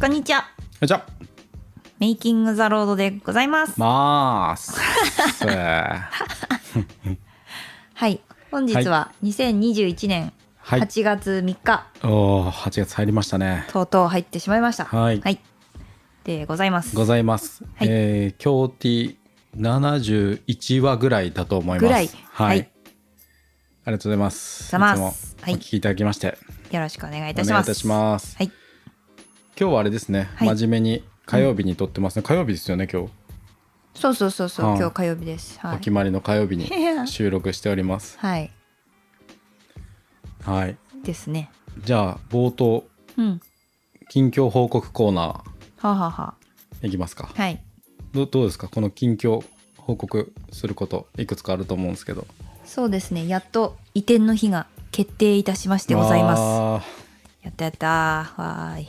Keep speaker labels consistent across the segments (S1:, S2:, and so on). S1: こんにちは。
S2: じゃあ
S1: メイキングザロードでございます。
S2: まー すは
S1: はい。本日は2021年
S2: い
S1: 8月3日、
S2: おー8月入りましたね
S1: とうとう入ってしまいました。
S2: はい
S1: でございます。
S2: ございます、
S1: はい
S2: えー、今日 T71 話ぐらいだと思います
S1: ぐらい
S2: はい、
S1: はい
S2: ありがとうございます
S1: ざます
S2: いつ
S1: はい
S2: もお聞きいただきまして、
S1: よろしくお願いい
S2: お
S1: たしま
S2: 願いい
S1: す。
S2: たします
S1: はい。
S2: 今日はあれですね、
S1: はい
S2: 真面目に火曜日に撮ってますね、火曜日ですよね今日、
S1: そうそうそうそう。
S2: はい
S1: 今日火曜日です。は
S2: お
S1: い。
S2: 決まりの火曜日に収録しております
S1: はい。
S2: はい
S1: ですね。
S2: じゃあ冒頭
S1: うん。
S2: 近況報告コーナ
S1: はあ、はあは
S2: ーいきますか
S1: あ、はい。
S2: どどうですかこの近況報告することいくつかあると思うんですけど
S1: そうですね。やっと移転の日が決定いたしましてございます。
S2: あ
S1: やったやったー。はーい。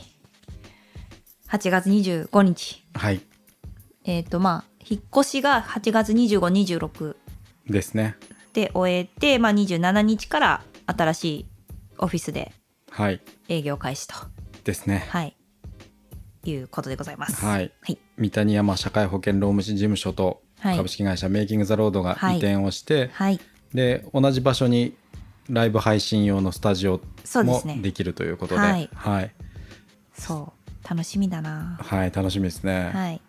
S1: 8月25日。
S2: ーはい
S1: えっ、とまあ引っ越しが8月2526
S2: ですね
S1: で終えて、まあ、27日から新しいオフィスで
S2: はい
S1: 営業開始と
S2: ですね
S1: はいいうことでございます。
S2: はい
S1: はい
S2: 三谷山社会保険労務士事務所と
S1: はい
S2: 株式会社メイキング・ザ・ロードが
S1: はい
S2: 移転をして、
S1: はい
S2: で同じ場所にライブ配信用のスタジオ
S1: そうで
S2: も
S1: すね
S2: できるということで
S1: はい
S2: はい
S1: そう楽しみだな。
S2: はい楽しみですね、
S1: はい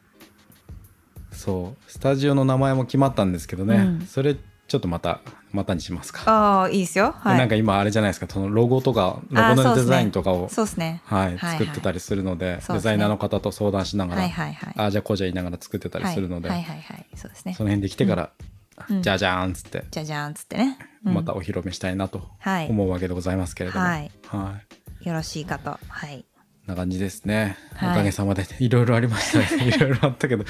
S2: そうスタジオの名前も決まったんですけどね、
S1: うん
S2: それちょっとまたまたにしますか、
S1: ああいいですよ。はい。
S2: なんか今あれじゃないですかそのロゴとかロ
S1: あー
S2: ゴ
S1: そう
S2: の
S1: ですね
S2: デザインとかを
S1: そうですね。
S2: はい、
S1: はい
S2: 作ってたりするので
S1: そうですね
S2: デザイナーの方と相談しながら、
S1: はいはいはい。
S2: ああじゃあこうじゃ言いながら作ってたりするので、
S1: はいはいはいはいそうですね
S2: そ。の辺で来てから、
S1: うん
S2: じゃじゃーんっつって、
S1: じゃじゃーんっつってね。うん
S2: またお披露目したいなと
S1: はい
S2: 思うわけでございますけれども、
S1: はい
S2: は
S1: よろしいかとはい
S2: いな感じですね、
S1: はい
S2: おかげさまでいろいろありました ねいろいろあったけど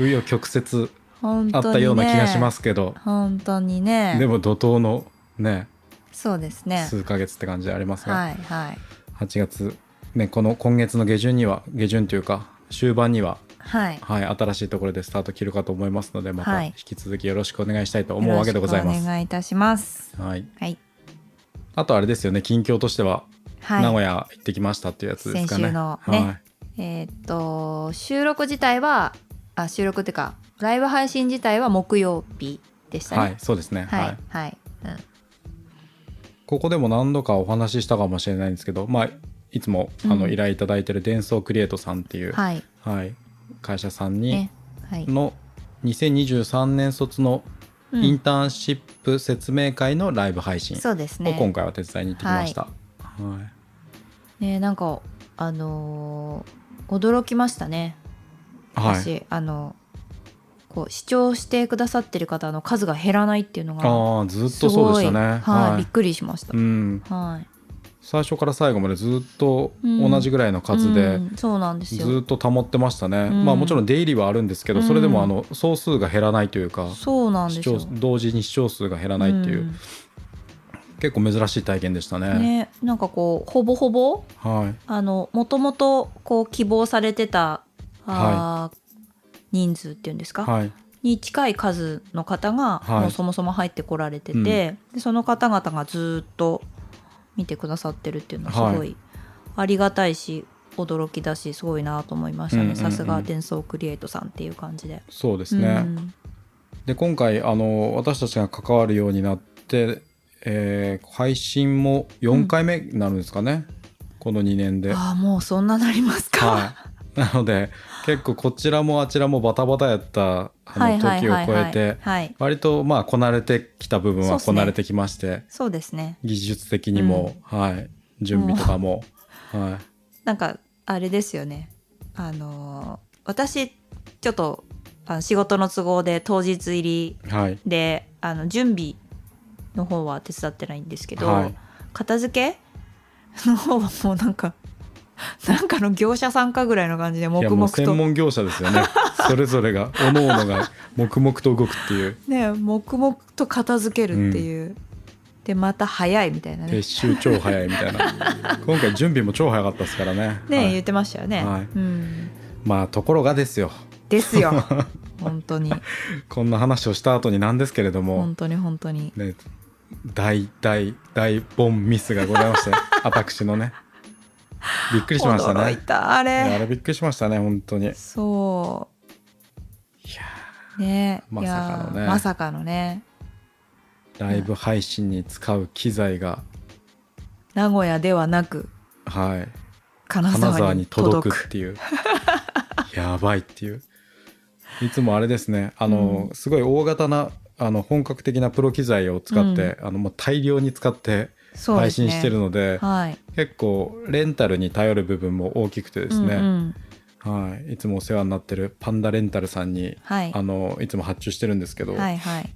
S2: 紆余曲折
S1: 本
S2: あ
S1: 当にね。。
S2: ったような気がしますすけど、
S1: 本当にね。
S2: でも怒涛のね
S1: そうですね。
S2: 数ヶ月って感じでありますが、
S1: はいはい
S2: 8月、ね、この今月の下旬には下旬というか終盤には
S1: はい。
S2: はい、新しいところでスタート切るかと思いますので、ま
S1: は
S2: た
S1: い
S2: 引き続きよろしくお願いしたいと思うわけでござい
S1: よ
S2: ま
S1: ろしく
S2: す。
S1: お願いいたします。
S2: はい、
S1: はい。
S2: あとあれですよね、近況としては、
S1: はい。
S2: 名古屋行ってきましたっていうやつですかね。
S1: 先週のね
S2: はい、
S1: えーっと収録自体はあ収録っていうかライブ配信自体は木曜日でした
S2: はい
S1: ね。
S2: そうですね、はい
S1: はいはい。うん
S2: ここでも何度かお話ししたかもしれないんですけど、まあ、いつもあの
S1: うん
S2: 依頼いただいてる伝送クリエイトさんっていう、はい
S1: はい。
S2: 会社さんに
S1: ね。はい。
S2: の2023年卒の
S1: うん
S2: インターンシップ説明会のライブ配信
S1: そうです
S2: を今
S1: ね。
S2: 回は手伝いに行ってきました。はい
S1: ねなんかあのー驚きましたね。
S2: はい
S1: 私、あのこう視聴してくださってる方の数が減らないっていうのが
S2: ああずっ
S1: す
S2: とそうで
S1: ご
S2: し
S1: い
S2: たね
S1: はいびっくりしました
S2: う。ん、
S1: はい。
S2: 最初から最後までずっと
S1: うん
S2: 同じぐらいの数で、
S1: うんそうなんですよ。
S2: ずっと保ってましたね、
S1: うん
S2: まあもちろん出入りはあるんですけど、
S1: うん
S2: それでもあの総数が減らないというか
S1: そうなん
S2: 視
S1: です
S2: 聴
S1: よ。
S2: 同時に視聴数が減らないっていう、結構珍しい体験でした
S1: う
S2: ね
S1: んね、なんかこうほぼほぼ
S2: はい
S1: あのもともとこう希望されてたあー、人数っていうんですか、
S2: はい
S1: に近い数の方が、
S2: はい
S1: もうそもそも入ってこられてて、でその方々がずーっと見てくださってるっていうのはすご
S2: はい
S1: ありがたいし、驚きだしすごいなと思いました
S2: うんうん
S1: ね
S2: う
S1: さ
S2: ん
S1: すが伝送クリエイトさんっていう感じで。
S2: そうですね、
S1: うん
S2: で今回あの私たちが関わるようになって、えー配信も4回目になるんですかね、この2年で
S1: ああもうそんななりますか、
S2: はい、なので結構こちらもあちらもバタバタやったあ
S1: はい
S2: の
S1: はい
S2: 時を
S1: はい
S2: 超
S1: は
S2: え
S1: い
S2: て
S1: はい、
S2: 割とまあこなれてきた部分
S1: そう
S2: は
S1: っす
S2: こ
S1: ね
S2: なれてきまして、
S1: そうですね
S2: 技術的にも、はい、準備とかも、はい、
S1: なんかあれですよねあのー私ちょっとあの仕事の都合で当日入り
S2: はい
S1: であの準備の方は手伝ってないんですけど、
S2: はい
S1: 片付けの方はもうなんか なんかの業者さんかぐらいの感じで
S2: い
S1: 黙
S2: やもう
S1: 々
S2: 専
S1: と。
S2: 門業者です よねそれぞれが各々が黙々と動くっていう
S1: ね、黙々と片付けるっていう、でまた早いみたいなね
S2: 撤収超早いみたいな今回準備も超早かったですからね
S1: ね、
S2: はい
S1: 言ってましたよね、
S2: はい
S1: うん、
S2: まあところがですよ
S1: です よ本当に
S2: こんな話をした後になんですけれども、
S1: 本当に本当に
S2: ね、 大大大ボンミスがございまして私のねびっくりしました
S1: 驚い
S2: ね。
S1: たあ
S2: いや
S1: れ
S2: あれびっくりしましたね、本当に。いや
S1: そ
S2: ー
S1: うね
S2: まさかのね
S1: いやまさかのね
S2: ライブ配信に使う機材が、
S1: 名古屋ではなく
S2: はい、
S1: 金
S2: 金沢
S1: 沢
S2: に
S1: に
S2: 届
S1: 届
S2: くっ
S1: く
S2: ていうやばいっていういつもあれですねあの、
S1: う
S2: すごい大型なあの本格的なプロ機材を使って、あのもう大量に使って
S1: そうで
S2: 配
S1: すね
S2: 信してるので
S1: はい
S2: 結構レンタルに頼る部分も大きくてです
S1: うん
S2: ね、
S1: うん
S2: はい、いつもお世話になってるパンダレンタルさんに、
S1: はい
S2: あのいつも発注してるんですけど、
S1: はいはい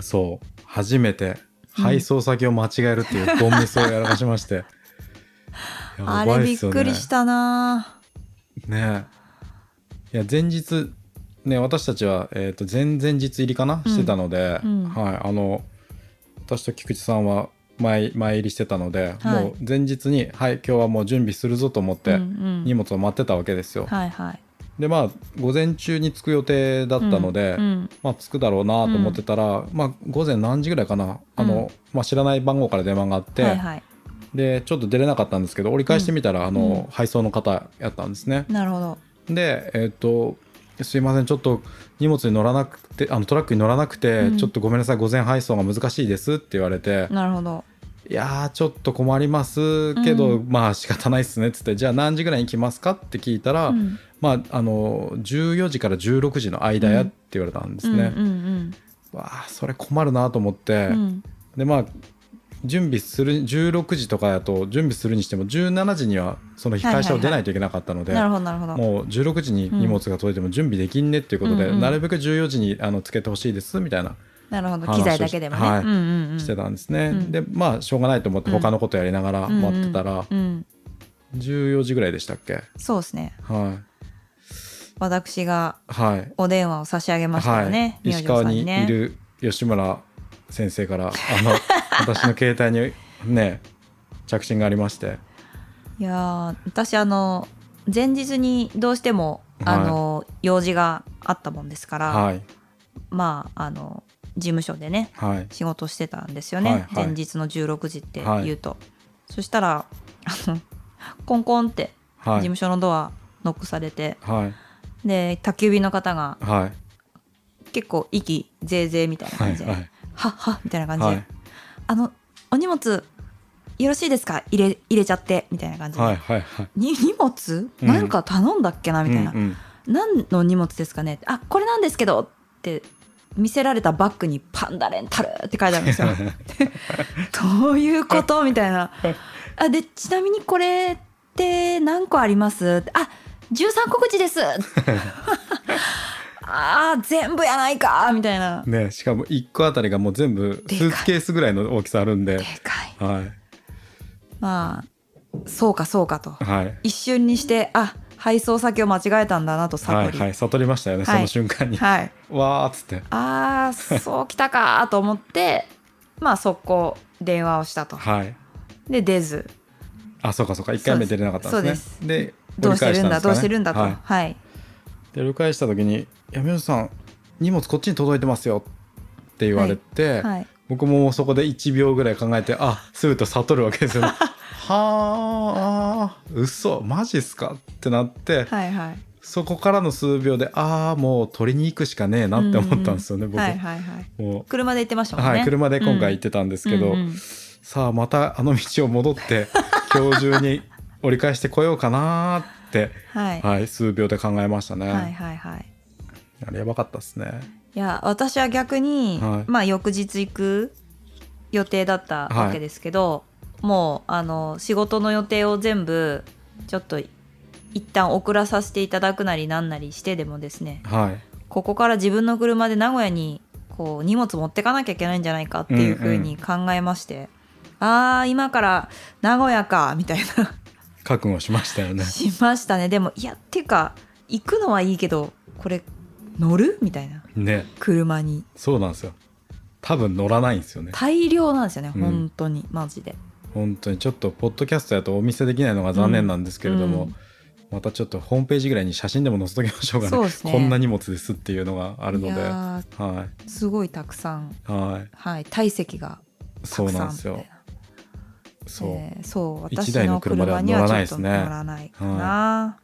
S2: そう初めて
S1: うん
S2: 配送先を間違えるっていうボンミスをやらかしまして
S1: あ
S2: や
S1: れ
S2: ばい
S1: びっ
S2: すよ
S1: くりしたな
S2: ねえいや前日ね私たちは、えー、と前々日入りかな、
S1: うん
S2: してたので、
S1: うん
S2: はい、あの私と菊池さんは前前入りしてたので、
S1: はい
S2: もう前日に「はい今日はもう準備するぞ」と思っ
S1: うん
S2: て
S1: うん
S2: 荷物を待ってたわけですよ。
S1: はいはい
S2: でまあ午前中に着く予定だったので、
S1: うんうん
S2: まあ、着くだろうなと思ってたら、まあ、午前何時ぐらいかなあの、まあ、知らない番号から電話があって、
S1: はいはい
S2: でちょっと出れなかったんですけど折り返してみたら、あの
S1: うん
S2: 配送の方やったんですね。
S1: なるほど
S2: で、えっとすいませんちょっと荷物に乗らなくてあのトラックに乗らなくて、
S1: うん
S2: ちょっとごめんなさい午前配送が難しいですって言われて、
S1: なるほど
S2: いやーちょっと困りますけど、
S1: う
S2: まあ仕方ないっすねっつってじゃあ何時ぐらいに来ますかって聞いたら、
S1: うん
S2: まああの14時から16時の間やって言われたんですね、
S1: うんうん
S2: わあそれ困るなと思って、
S1: うんうん
S2: でまあ準備する16時とかだと準備するにしても17時にはその控え車を出ないといけなかったので、
S1: なるほどなるほど
S2: もう16時に荷物が届いても準備できんねっていうことで、
S1: うんうん
S2: なるべく14時にあのつけてほしいですみたいな
S1: なるほど
S2: 話を
S1: 機材だけでもね、
S2: はい
S1: うんうんうん、
S2: してたんですね、
S1: うん
S2: でまあしょうがないと思って
S1: うん
S2: 他のことやりながら待ってたら、
S1: うんうんうん
S2: 14時ぐらいでしたっけ
S1: そうですね
S2: はい
S1: 私が
S2: はい、
S1: お電話を差し上げました
S2: は
S1: よ
S2: い、
S1: ね、明星
S2: 石
S1: さ
S2: 川
S1: ん
S2: に
S1: ね
S2: いる吉村先生からあ の私の携帯にね着信がありまして
S1: いやー私あの前日にどうしてもあの、用事があったもんですから、
S2: はい
S1: まああの事務所でね
S2: はい
S1: 仕事してたんですよね、
S2: はいはい
S1: 前日の16時って言うと、そしたらあのコンコンって事
S2: はい
S1: 務所のドアノックされて、
S2: はい
S1: で宅急便の方が
S2: はい
S1: 結構息ぜいぜいみたいな
S2: は
S1: 感
S2: い
S1: じで、
S2: はい
S1: はっはっみたいな感じで、
S2: はい
S1: あのお荷物よろしいですか入れ入れちゃってみたいな感じで、
S2: はいはいはい
S1: に荷物
S2: うん
S1: なんか頼んだっけなみたいな、
S2: うんうん
S1: 何の荷物ですかねあこれなんですけどって見せられたバッグに「パンダレンタル」って書いてあるんです よ。どういうことみたいな。あでちなみにこれって何個ありますあ13個口です あー全部やないかみたいな。
S2: ねしかも1個あたりがもう全部ス
S1: でかい
S2: ーツケースぐらいの大きさあるんで
S1: でかい。
S2: はい
S1: まあそうかそうかと。
S2: はい
S1: 一瞬にしてあ配送先を間違えたんだなと悟
S2: はい
S1: り。
S2: はい悟りましたよね、
S1: はい
S2: その瞬間に、
S1: はい
S2: わーっつって
S1: あーそうきたかと思って まあ速攻電話をしたと
S2: はい
S1: で出ず
S2: あそうかそうか1回目出れなかったんですね
S1: そ
S2: で
S1: どうしてるんだ、
S2: 折り返たですかね
S1: どうしてるんだと
S2: は
S1: はいい、
S2: で折り返した時に「いや宮本さん荷物こっちに届いてますよ」って言われて、
S1: はい
S2: 僕もそこで1秒ぐらい考えてあすると悟るわけですよね はあ嘘マジっすかってなって、
S1: はいはい
S2: そこからの数秒でああもう取りに行くしかねえなって思ったんですよね、
S1: うう
S2: 僕、
S1: はいはいはい
S2: もう
S1: 車で行ってましたもんね
S2: はい、車で今回行っててたんです
S1: た
S2: けど、
S1: うんうん
S2: さあまたあの道を戻って 今日中に折り返してこようかなーって、
S1: はい、は
S2: はい、数秒で考えましたね、
S1: い、はいはいはい
S2: あれやばかったですね
S1: いや私は逆に、
S2: はい
S1: まあ翌日行く予定だったわけですけど、もうあの仕事の予定を全部ちょっと一旦遅らさせていただくなりなんなりしてでもですね
S2: はい
S1: ここから自分の車で名古屋にこう荷物持ってかなきゃいけないんじゃないかっていうふうに考えまして、あー今から名古屋かみたい
S2: 覚悟しましたよ
S1: な
S2: ね
S1: しましたねでもいやっていうか行くのはいいけどこれ乗るみたいな
S2: ね
S1: 車に
S2: そうなんですよ多分乗らないんですよね
S1: 大量なんですよね、
S2: うん
S1: 本当にマジで
S2: 本当にちょっとポッドキャストやとお見せできないのが残念なんですけれども、
S1: うん
S2: またちょっとホームページぐらいに写真でも載せときましょうかね
S1: そうですね
S2: こんな荷物ですっていうのがあるので
S1: いや
S2: は
S1: ーすごいたくさん
S2: いはい
S1: はい体積が
S2: そうなんです
S1: た
S2: よ
S1: くさんみたい
S2: そう、
S1: えーそう
S2: 一
S1: 私
S2: 台の
S1: の
S2: 車では
S1: 車には
S2: 乗
S1: ち
S2: らな
S1: ょ
S2: いで
S1: っ
S2: す
S1: と
S2: ね
S1: 乗らないかな、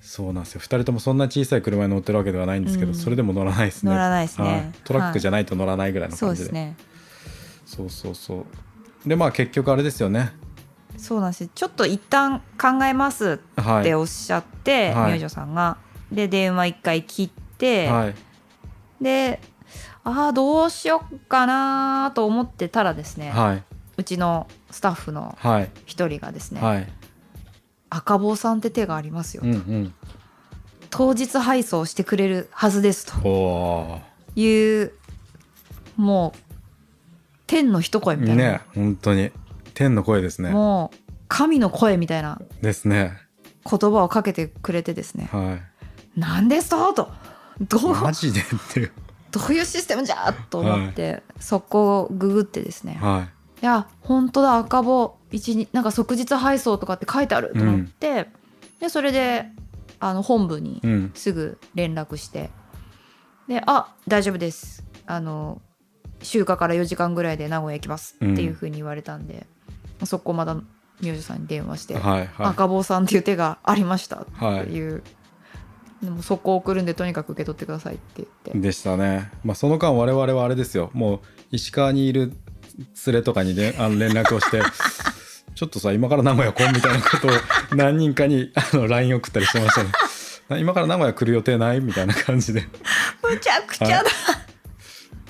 S2: そうなんですよ2人ともそんな小さい車に乗ってるわけではないんですけど、
S1: うん
S2: それでも乗らないですね
S1: 乗らないですね
S2: はトラックじゃないと乗らないぐらいの
S1: そう
S2: 感
S1: で
S2: じで,、
S1: すね
S2: そうそうそうでまあ結局あれですよね
S1: そうなんですよちょっと一旦考えます
S2: は
S1: っ
S2: い
S1: ておっしゃって、
S2: はい
S1: 入場さんがで電話一回切って、
S2: はい
S1: でああどうしよっかなと思ってたらですね、
S2: はいう
S1: ちのスタッフの
S2: はい
S1: 一人がですね、
S2: はい
S1: 赤坊さんって手がありますよ、
S2: うんうん
S1: 当日配送してくれるはずですと
S2: おお
S1: いうもう天の一声みたいな、
S2: ね本当に天の声ですね
S1: もう神の声みたいな
S2: ですね
S1: 言葉をかけてくれてですね
S2: は
S1: 「何ですと!」と「ど
S2: い
S1: う
S2: マジでっ ていう
S1: どういうシステムじゃ!」と思って、そこをググってですね
S2: はい
S1: や本当だ赤棒一日なんか即日配送とかって書いてあると思って、でそれであの本部に
S2: いうん
S1: すぐ連絡して、で「あ大丈夫ですあの集荷から4時間ぐらいで名古屋行きます」
S2: うん
S1: っていうふうに言われたんで、そこまた宮司さんに電話して「
S2: はいは
S1: 赤棒さんっていう手がありました」って
S2: はい
S1: いう、でもそこを送るんでとにかく受け取ってくださいって言
S2: い
S1: って。
S2: でしたねまあその間我々はあれですよもう石川にいる連れとかにであの連絡をして ちょっとさ今から名古屋来んみたいなことを何人かにあの LINE 送ったりしてましたね な今から名古屋来る予定ないみたいな感じで
S1: むちゃくちゃだ、
S2: は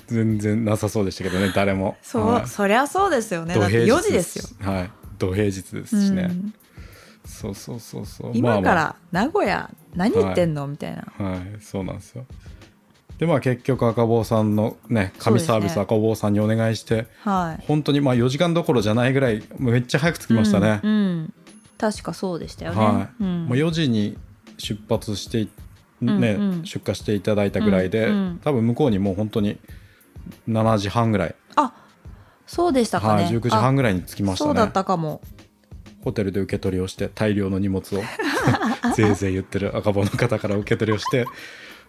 S2: 全然なさそうでしたけどね誰も
S1: そう、
S2: はい
S1: そりゃそうですよねだ
S2: 土
S1: っ
S2: 平
S1: て
S2: 日
S1: 4時ですよ、
S2: はい土平日で
S1: う
S2: すしね、
S1: ん
S2: そうそうそうそうまあ
S1: 今
S2: ま
S1: か
S2: あ
S1: ら名古屋何言ってんの、みたいな
S2: はい、そうなんですよ。でまあ結局赤坊さんのね神サービ
S1: そうで
S2: ス
S1: すね
S2: 赤坊さんにお願いして、
S1: はい
S2: 本当にまあ4時間どころじゃないぐらいめっちゃ早く着きましたね。
S1: うんうん確かそうでしたよね、
S2: はい、
S1: うん
S2: もう4時に出発していね、
S1: うんうん
S2: 出荷していただいたぐらいで、
S1: うんうん
S2: 多分向こうにもう本当に7時半ぐらい、
S1: あそうでしたか
S2: は
S1: ね、
S2: い、19時半
S1: ぐ
S2: ぐらいに着きました
S1: そうだっ
S2: ね
S1: たかも
S2: ホテルで受け取りをして大量の荷物を ぜいぜい言ってる赤坊の方から受け取りをして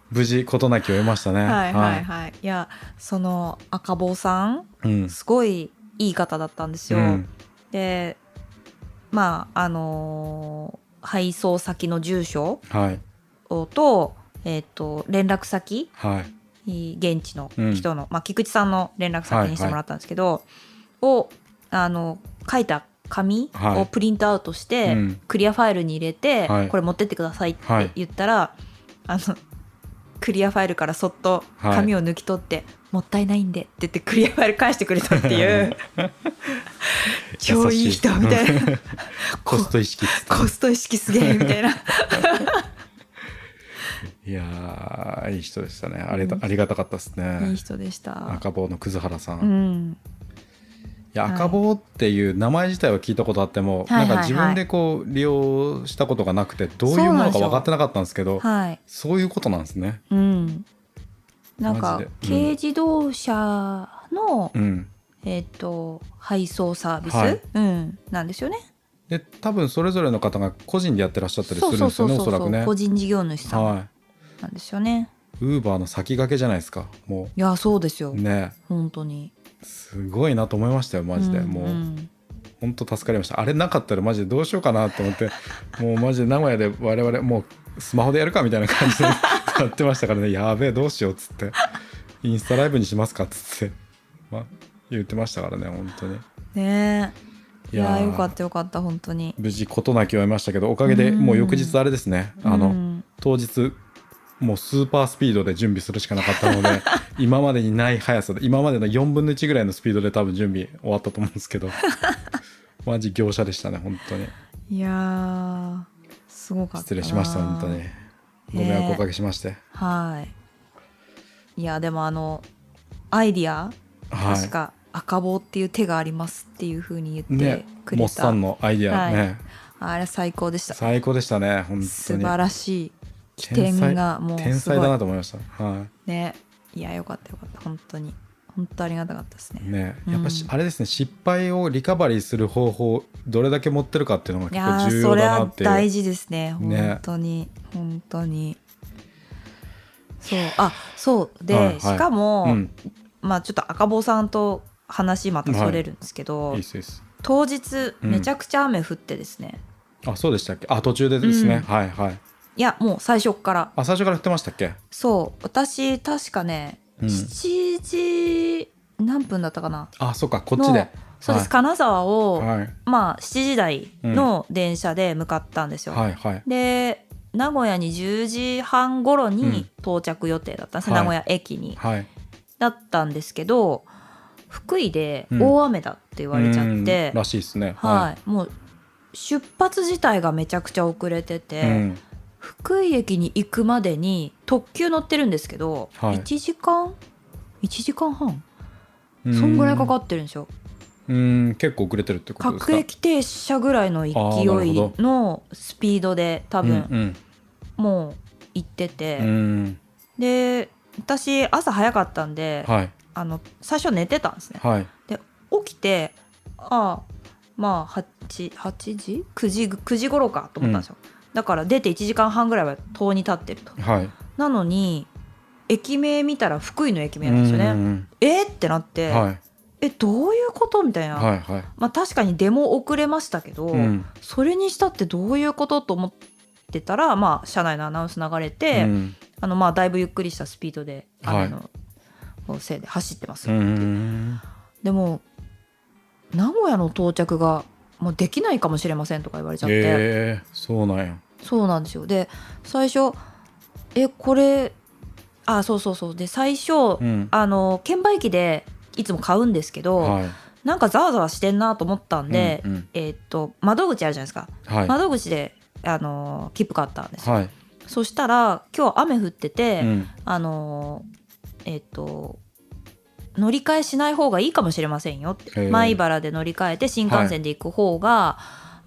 S2: 無事事なきを得ましたね。
S1: はいはいはい、い、やその赤坊さん
S2: うん
S1: すごいいい方だったんですよ、
S2: うん
S1: でまああのー配送先の住所
S2: はい
S1: をと,、えー、と連絡先
S2: はい
S1: 現地の人の、まあ、菊池さんの連絡先にしてもらったんですけど、をあの書いた紙
S2: はい
S1: をプリントアウトして、
S2: うん
S1: クリアファイルに入れて、
S2: はい
S1: これ持ってってくださいっ
S2: はい
S1: て言ったら、あのクリアファイルからそっと
S2: はい
S1: 紙を抜き取って、もったいないんでって言ってクリアファイル返してくれたっていう 超いい人みたいな
S2: コスト意識っつって
S1: コスト意識すげえみたい な
S2: いやーいい人でしたねあり,、
S1: う
S2: ありがたかったです
S1: いい
S2: ね
S1: 人でした。
S2: 赤坊の葛原さん、
S1: う
S2: い
S1: ん、
S2: や
S1: はい
S2: 赤坊っていう名前自体は聞いたことあっても、
S1: はいはいはい
S2: なんか自分でこう利用したことがなくてどういうものか分かってなかったんですけどそう
S1: はい
S2: いうことなんですね
S1: うん、なん
S2: マ
S1: か
S2: ジでうん
S1: 軽自動車の、
S2: うん
S1: えっ、と配送サービス、
S2: はい
S1: うん、なんですよね。
S2: で多分それぞれの方が個人でやってらっしゃったりするんですよねおそらくね
S1: 個人事業主さん
S2: は
S1: なんですよね。
S2: いウーバーの先駆けじゃないですかも
S1: いやそうですよ、
S2: うね
S1: 本当に。
S2: すごいなと思いましたよマジで、
S1: うん
S2: もう、
S1: ん
S2: 本当助かりましたあれなかったらマジでどうしようかなと思って もうマジで名古屋で我々もうスマホでやるかみたいな感じで やってましたからねやべえどうしようっつってインスタライブにしますかっつって、まあ、言ってましたからね本当に
S1: ねえいや
S2: ー
S1: よかったよかった本当に。
S2: 無事事なきを得ましたけどおかげでもう翌日あれですねあの、
S1: うん
S2: 当日もうスーパースピードで準備するしかなかった ので今までにない速さで今までの4分の1ぐらいのスピードで多分準備終わったと思うんです けどマジ業者でしたね本当に。
S1: いやーすごかったな。
S2: 失礼しました本当にご迷惑をおかけしまして、
S1: はい。いやでもあのアイディア、
S2: はい
S1: 確か赤棒っていう手がありますっていう風に言って
S2: ね
S1: く
S2: モ
S1: れ
S2: ッサ
S1: た。
S2: ンのアイディアね、
S1: はいあれ最高でした。
S2: 最高でしたね本当に
S1: 素晴らしい起
S2: 天才
S1: 点がもう
S2: 天
S1: す
S2: 才だ
S1: ごい
S2: なと思いましたは
S1: ねいやよかったよかった本当に本当ありがたかったです
S2: い
S1: ね
S2: ね
S1: うん
S2: やっぱし、あれですね失敗をリカバリーする方法どれだけ持ってるかっていうの
S1: い
S2: が結
S1: や
S2: 構
S1: ー
S2: 重
S1: そ
S2: 要
S1: れ
S2: だな
S1: は
S2: っていう
S1: 大事ですね
S2: ね
S1: 本当に、本当にそうあそうで、
S2: はいはい
S1: しかも、
S2: うん
S1: まあちょっと赤坊さんと話またそれるんですけど、
S2: いいっすいいっす
S1: 当日
S2: うん
S1: めちゃくちゃ雨降ってですね、
S2: あそうでしたっけあ途中でですね、
S1: うん
S2: はいはい
S1: いやもう最初っから
S2: あ最初から振ってましたっけ
S1: そう私確かね、
S2: うん
S1: 7時何分だったかな
S2: あそっかこっちで
S1: のそうです、金沢を、
S2: はい
S1: まあ7時台の電車で向かったんですよ、
S2: はいはい
S1: で名古屋に10時半頃に到着予定だったんです、
S2: はい
S1: 名古屋駅に、
S2: はい
S1: だったんですけど福井で
S2: うん
S1: 大雨だって言われちゃって、
S2: うんらしいですね
S1: はい、もう出発自体がめちゃくちゃ遅れてて、
S2: うん、
S1: 福井駅に行くまでに特急乗ってるんですけど、
S2: はい
S1: 1時間1時間半そんぐらいかかってるんですよ
S2: うん結構遅れてるってことですか
S1: 各駅停車ぐらいの勢い
S2: あーなるほ
S1: のスピードで多分
S2: うん
S1: もう行ってて、
S2: うん、うん
S1: で私朝早かったんで、
S2: はい
S1: あの最初寝てたんですね
S2: はい
S1: 起きてああまあ 8, 8時9時9時頃かと思ったんですよ、だから出て1時間半ぐらいは遠に立ってると
S2: はい
S1: なのに駅名見たら福井の駅名なんですよね、
S2: うん
S1: えーってなっ
S2: う
S1: て、
S2: んはい
S1: えどういうことみたいな、
S2: はいはい
S1: まあ確かに出も遅れましたけど、
S2: うん
S1: それにしたってどういうことと思ってたらまあ車内のアナウンス流れて、
S2: うん
S1: あのまあだいぶゆっくりしたスピードで
S2: はい
S1: 雨の、せいで走ってます、
S2: うんうん
S1: でも名古屋の到着がもうできないかもしれませんとか言われちゃって、
S2: ええそうなんや
S1: そうなんですよで最初えこれあそうそうそうで最初、
S2: うん
S1: あの券売機でいつも買うんですけど、
S2: はい
S1: なんかざわざわしてんなと思ったんで、
S2: うんうん
S1: えーっと窓口あるじゃないですか、
S2: はい
S1: 窓口であの切符買ったんですよ、
S2: はい
S1: そしたら今日雨降ってて、
S2: うん
S1: あのえっ、と乗り換えしない方がいいかもしれませんよっ
S2: へ
S1: て
S2: え
S1: 米原で乗り換えて新幹線で行く方が、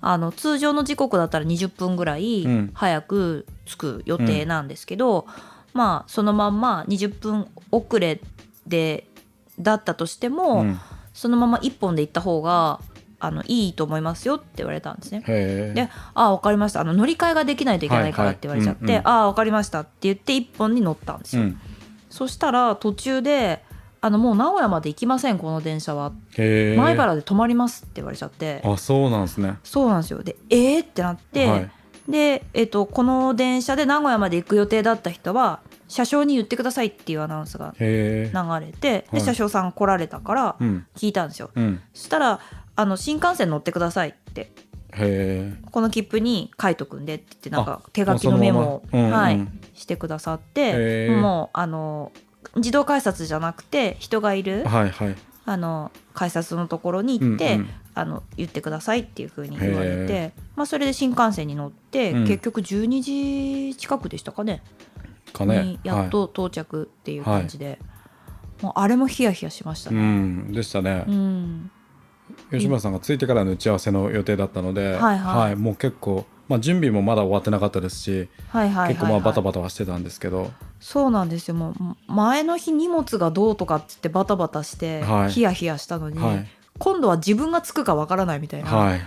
S1: あの通常の時刻だったら20分ぐらい
S2: うん
S1: 早く着く予定なんですけど、まあそのまんま20分遅れでだったとしても、
S2: うん
S1: そのまま1本で行った方があのいいと思いますよって言われたんですね。
S2: へえ
S1: で「ああ分かりましたあの乗り換えができないといけないから」って言われちゃって「
S2: はいはいうんうん
S1: ああ分かりました」って言って1本に乗ったんです
S2: う
S1: よ。
S2: ん
S1: そしたら途中で「あのもう名古屋まで行きませんこの電車は
S2: へえ
S1: 米原で止まります」って言われちゃって
S2: あそうなんですね
S1: そうなんですよで「えー?」ってなって、
S2: はい
S1: で、えっとこの電車で名古屋まで行く予定だった人は車掌に言ってくださいっていうアナウンスが
S2: へえ
S1: 流れて、
S2: は
S1: で
S2: い
S1: 車掌さん来られたから
S2: うん
S1: 聞いたんですよ。
S2: うん
S1: そしたらあの新幹線乗ってくださいって
S2: へ
S1: この切符に書いとくんでって言ってなんか手
S2: え
S1: 書きのメモを、
S2: そのまま
S1: は
S2: うんう
S1: い、
S2: ん
S1: してくださっ
S2: へ
S1: て
S2: え
S1: もうあの自動改札じゃなくて人がいる
S2: はいはい
S1: あの改札のところに行って、
S2: うんうん
S1: あの言ってくださいっていうふうに言われ
S2: へ
S1: て、まあ、それで新幹線に乗って、
S2: うん
S1: 結局12時近くでしたかね
S2: かね
S1: にやっ
S2: は
S1: と到着っていう感じで、もうあれもヒヤヒヤしました
S2: い、う
S1: ね。
S2: んでしたね
S1: う、ん
S2: 吉村さんが着いてからの打ち合わせの予定だったので、
S1: はいはい
S2: もう結構、まあ、準備もまだ終わってなかったですし、
S1: はいはいはいはい、
S2: 結構まあバタバタはしてたんですけど、
S1: そうなんですよもう前の日荷物がどうとかって言ってバタバタして、
S2: はい
S1: ヒヤヒヤしたのに、
S2: はい
S1: 今度は自分が着くかわからないみたいな、
S2: はい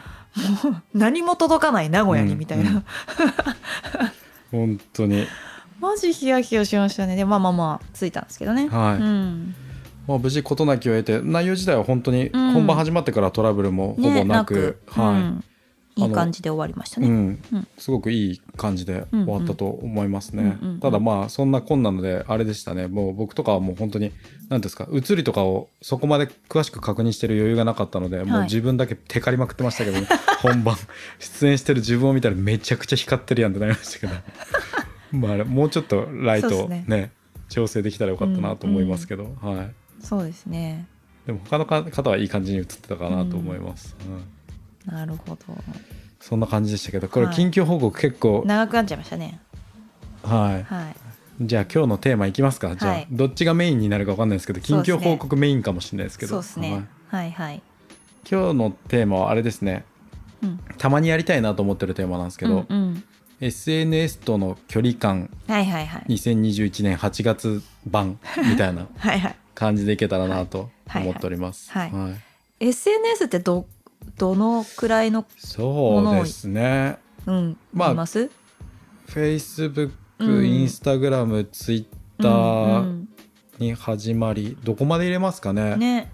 S1: 何も届かない名古屋にみたいな、
S2: うんうん本当に、
S1: マジヒヤヒヤしましたねでまあまあまあ着いたんですけどね、
S2: はい
S1: うん、
S2: まあ、無事事なきを得て内容自体は本当に
S1: うん
S2: 本番始まってからトラブルもほぼなく,、はい
S1: うんいい感じで終わりました
S2: う
S1: ね。
S2: ん
S1: うん
S2: すごくいい感じで終わったと思いますね、
S1: うんうん
S2: ただまあそんなこんなのであれでしたねもう僕とかはもう本当に何ですか移りとかをそこまで詳しく確認してる余裕がなかったので、もう
S1: はい
S2: 自分だけテカりまくってまし たけど、ね、本番出演してる自分を見たらめちゃくちゃ光ってるやんってなりましたけど まああれもうちょっとライ
S1: そう
S2: ト
S1: っす
S2: ね
S1: ね
S2: 調整できたらよかったなと思いますけど、はい、
S1: そうですね。
S2: でも他のか方はいい感じに映ってたかなと思います、うん
S1: なるほど。
S2: そんな感じでしたけどこれ
S1: はい
S2: 近況報告結構、
S1: 長くなっちゃいましたね。
S2: はい、
S1: はい。
S2: じゃあ今日のテーマいきますか、じゃ
S1: は
S2: あ
S1: い
S2: どっちがメインになるか分かんないですけど
S1: そ
S2: 近
S1: うです
S2: 況
S1: ね
S2: 報告メインかもしれないですけど
S1: そうです
S2: はい
S1: ね。はいはい。
S2: 今日のテーマはあれですね
S1: うん。
S2: たまにやりたいなと思ってるテーマなんですけど、
S1: うんうん、
S2: SNS との距離感
S1: はいはいはい。
S2: 2021年8月版みたいな
S1: はいはい。
S2: 感じでいけたらなと
S1: はいはい
S2: 思っております。
S1: はい SNS ってどどのくらいの
S2: そうですね
S1: うん、
S2: まあ
S1: います。
S2: Facebook、
S1: うん
S2: Instagram、Twitter
S1: うんうん
S2: に始まりどこまで入れますかね
S1: ね、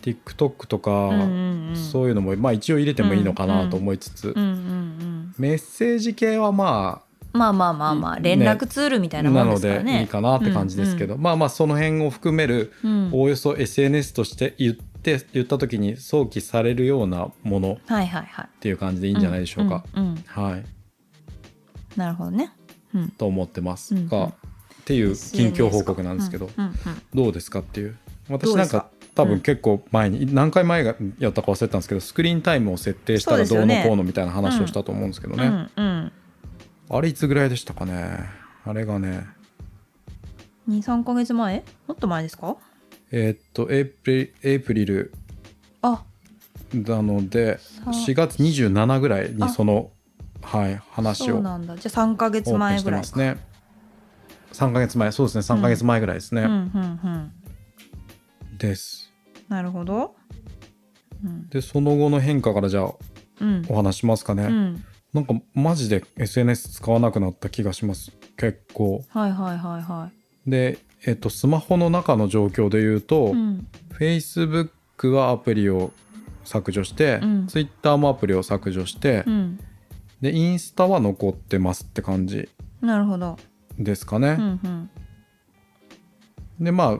S2: TikTok とか、
S1: うんうんうん
S2: そういうのもまあ一応入れてもいいのかなと思いつつ、
S1: うんうんうん
S2: メッセージ系はま
S1: まあまあまあまあ
S2: ね
S1: 連絡ツールみた
S2: あ
S1: いなも
S2: なん
S1: で
S2: の
S1: すから
S2: で
S1: ね
S2: いいかなって感じですけど、、まあまあその辺を含める
S1: うんうんうん
S2: おおよそ SNS として言って言った時に想起されるようなもの
S1: はいはいはい
S2: っていう感じでい
S1: い
S2: いんじゃないでしょうか、、
S1: うんうんうん
S2: はい
S1: なるほどね、うん、
S2: と思ってます
S1: うん
S2: が、
S1: うん
S2: っていう近況報告なんですけど、
S1: うんうんうん
S2: どうですかっていう
S1: ど
S2: 私
S1: う
S2: な
S1: で
S2: ん
S1: すか
S2: か多
S1: う
S2: 分
S1: ん
S2: 結構前に何回前がやったか忘れたんですけどスクリーンタイムを設定した
S1: そう
S2: ら
S1: です
S2: どう
S1: よ
S2: の
S1: ね
S2: こうのみたいな話をしたと思うんですけどね
S1: うん
S2: あれいつぐらいでしたかねあれがね
S1: うん、23か月前もっと前ですか
S2: えーっとエイプリエイプリル
S1: あ
S2: なので
S1: あ
S2: 4月27ぐらいに
S1: あ
S2: そのはい話
S1: そう
S2: を
S1: なんだじゃあ3か
S2: オ
S1: 月
S2: ープン
S1: 前
S2: し
S1: ぐ
S2: て
S1: らい
S2: ま
S1: か
S2: すね3ヶ月前そうですね3ヶ月前ぐらいですね、
S1: うんうんうん
S2: です
S1: なるほどうん
S2: でその後の変化からじゃあ
S1: うん
S2: お話しますかね、
S1: うん
S2: なんかマジで SNS 使わなくなった気がします結構
S1: はいはいはいは
S2: でえっとスマホの中の状況で言うと、
S1: いうん
S2: Facebook はアプリを削除して、
S1: うん
S2: Twitter もアプリを削除して、
S1: うん
S2: でインスタは残ってますって感じ
S1: なるほど
S2: ですか
S1: う
S2: ね、
S1: んうん
S2: でまあ